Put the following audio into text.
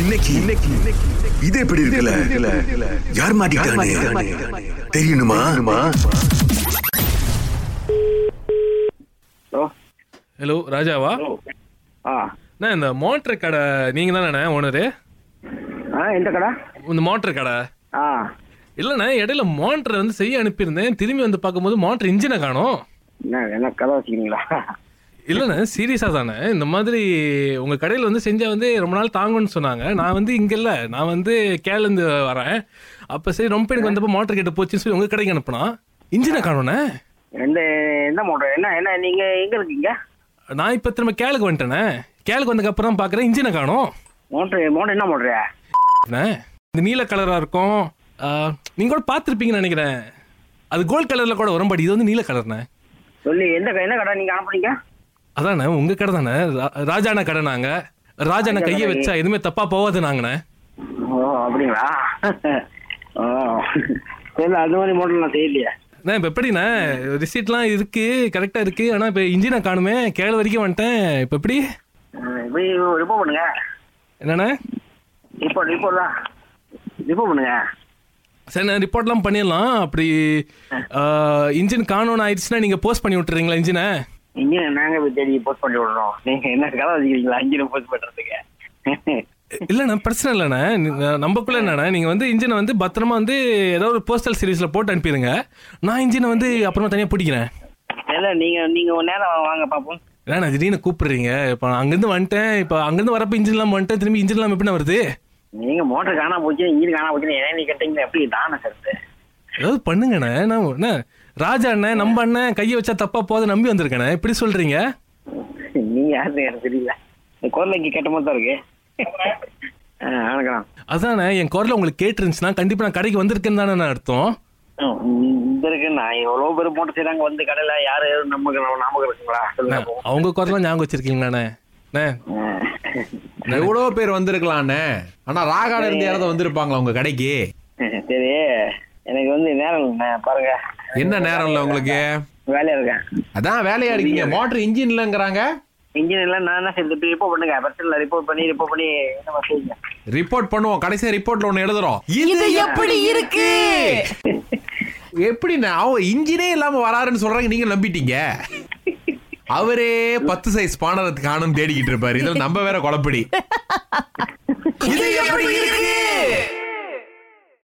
இன்னைக்கு இன்னைக்கு இது எப்படி இருக்குல்ல யார் மாட்டிக்கிட்டானே தெரியணுமா ஹலோ ஹலோ ராஜாவா ஆ அண்ணா இந்த மோட்டர் கடை நீங்கள் தானே ஓனரு ஆ எந்த கடை இந்த மோட்டர் கடை ஆ இல்லைண்ணே இடையில மோட்டரை வந்து செய்ய அனுப்பியிருந்தேன் திரும்பி வந்து பார்க்கும்போது மோட்டர் இன்ஜினை காணோம் என்ன என்ன கதை வச்சுக்கிங்களா இல்லைண்ணே சீரியஸாக தானே இந்த மாதிரி உங்கள் கடையில் வந்து செஞ்சால் வந்து ரொம்ப நாள் தாங்கும்னு சொன்னாங்க நான் வந்து இங்கே இல்லை நான் வந்து கேலேருந்து வரேன் அப்போ சரி ரொம்ப எனக்கு வந்தப்போ மோட்டர் கேட்டு போச்சுன்னு சொல்லி உங்கள் கடைக்கு அனுப்புனா இன்ஜினை காணோண்ணே எந்த என்ன மோட்டர் என்ன என்ன நீங்க எங்க இருக்கீங்க நான் இப்போ திரும்ப கேளுக்கு வந்துட்டேனே கேளுக்கு வந்ததுக்கப்புறம் தான் பார்க்குறேன் இன்ஜினை காணோம் மோட்டர் மோட்டர் என்ன மோட்டரு அண்ணே, இந்த நீல கலராக இருக்கும் ஆ, நீங்க கூட பார்த்துருப்பீங்கன்னு நினைக்கிறேன் அது கோல்ட் கலரில் கூட வரும் பட் இது வந்து நீல கலர்ண்ணே சொல்லி எந்த கடை என்ன கடை நீங்க அனுப்புறீங்க அதாண்ணே உங்கள் கடை தானே ரா- ராஜாண்ண கடை நாங்கள் ராஜாண்ண கையை வச்சா எதுவுமே தப்பாக போகாது நாங்கண்ணே ஓ அப்படிங்களா ஓ சரி அது மாதிரி மோட்டர் நான் செய்யலையே அண்ணே இப்போ எப்படிண்ணே ரிசீட்லாம் இருக்குது கரெக்டாக இருக்குது ஆனால் இப்போ இன்ஜினை காணுமே கேள் வரைக்கும் வந்துட்டேன் இப்போ எப்படி ம், இப்படி ரிப்போர்ட் பண்ணுங்க என்னண்ணே ரிப்போர்ட் ரிப்போர்ட் தான் ரிப்போர்ட் பண்ணுங்க சரி நான் ரிப்போர்ட்லாம் பண்ணிடலாம் அப்படி இன்ஜின் காணோன்னு ஆயிடுச்சுன்னா நீங்கள் போஸ்ட் பண்ணி விட்டுறீங்களா இன்ஜினை இங்கே நாங்க போய் தேடி போஸ்ட் பண்ணி விடுறோம் நீங்க என்ன கதை வச்சுக்கிறீங்களா இங்கே போஸ்ட் பண்றதுக்கு இல்லைண்ணா பிரச்சனை இல்லைண்ணா நீங்க- நம்மக்குள்ள என்னண்ணா நீங்கள் வந்து இன்ஜினை வந்து பத்திரமா வந்து ஏதோ ஒரு போஸ்டல் சீரீஸில் போட்டு அனுப்பிடுங்க நான் இன்ஜினை வந்து அப்புறமா தனியாக பிடிக்கிறேன் இல்ல நீங்க நீங்க ஒரு நேரம் வாங்க பாப்போம் ஏன்னா திடீர்னு கூப்பிடுறீங்க இப்போ நான் அங்கேருந்து வந்துட்டேன் இப்போ அங்கேருந்து வரப்போ இன்ஜின்லாம் வந்துட்டேன் திரும்பி இன்ஜின்லாம் எப்படிண்ணா வருது நீங்க மோட்டர் காணா போச்சு இன்ஜின் காணா போச்சு ஏன் நீ கேட்டீங்க எப்படி தானே கருத்து ஏதாவது பண்ணுங்கண்ணே நான் என்ன ராஜா அண்ணன் நம்ம அண்ணன் கையை வச்சா தப்பாக போத நம்பி வந்திருக்கேண்ணே இப்படி சொல்கிறீங்க நீ யாருன்னு எனக்கு தெரியல என் குரல் இங்க கேட்ட மாதிரி தான் இருக்கு ஆ, வணக்கம் அதாண்ணே என் குரலை உங்களுக்கு கேட்டுருந்துச்சுன்னா கண்டிப்பாக நான் கடைக்கு வந்திருக்கேன்னு தானே அர்த்தம் ம், இந்த இருக்கு நான் எவ்வளவு பேர் மோட்டர் செய்றாங்க வந்து கடையில யாரு நமக்கு நாமக்கு இருக்குங்களா அண்ணே, சொல்லுங்க பாப்போம். அவங்க குரலாம் ஞாபகம் வச்சிருக்கீங்களாண்ணே அண்ணே ஆ. எவ்வளோ பேர் வந்திருக்கலாம்ண்ணே ஆனா ராகால இருந்து யாராவது வந்திருப்பாங்களா உங்க கடைக்கு சரி எனக்கு வந்து நேரம் இல்ல, பாருங்க என்ன நேரம் இல்லை உங்களுக்கு வேலையா இருக்கேன் அதான் வேலையா இருக்கீங்க மோட்டர் இன்ஜின் இல்லைங்கிறாங்க இன்ஜின் எல்லாம் நான் என்ன செய்யறது ரிப்போர்ட் பண்ணுங்க பிரச்சனை இல்லை ரிப்போர்ட் பண்ணி ரிப்போர்ட் பண்ணி என்ன செய்யுங்க ரிப்போர்ட் பண்ணுவோம் கடைசியா ரிப்போர்ட்ல ஒண்ணு எழுதுறோம் இது எப்படி இருக்கு எப்படிண்ணே அவங்க இன்ஜினே இல்லாம வராருன்னு சொல்றாங்க நீங்க நம்பிட்டீங்க அவரே பத்து சைஸ் பானரத்துக்கு ஆணும் தேடிக்கிட்டு இருப்பாரு இதுல நம்ம வேற குழப்படி இது எப்படி இருக்கு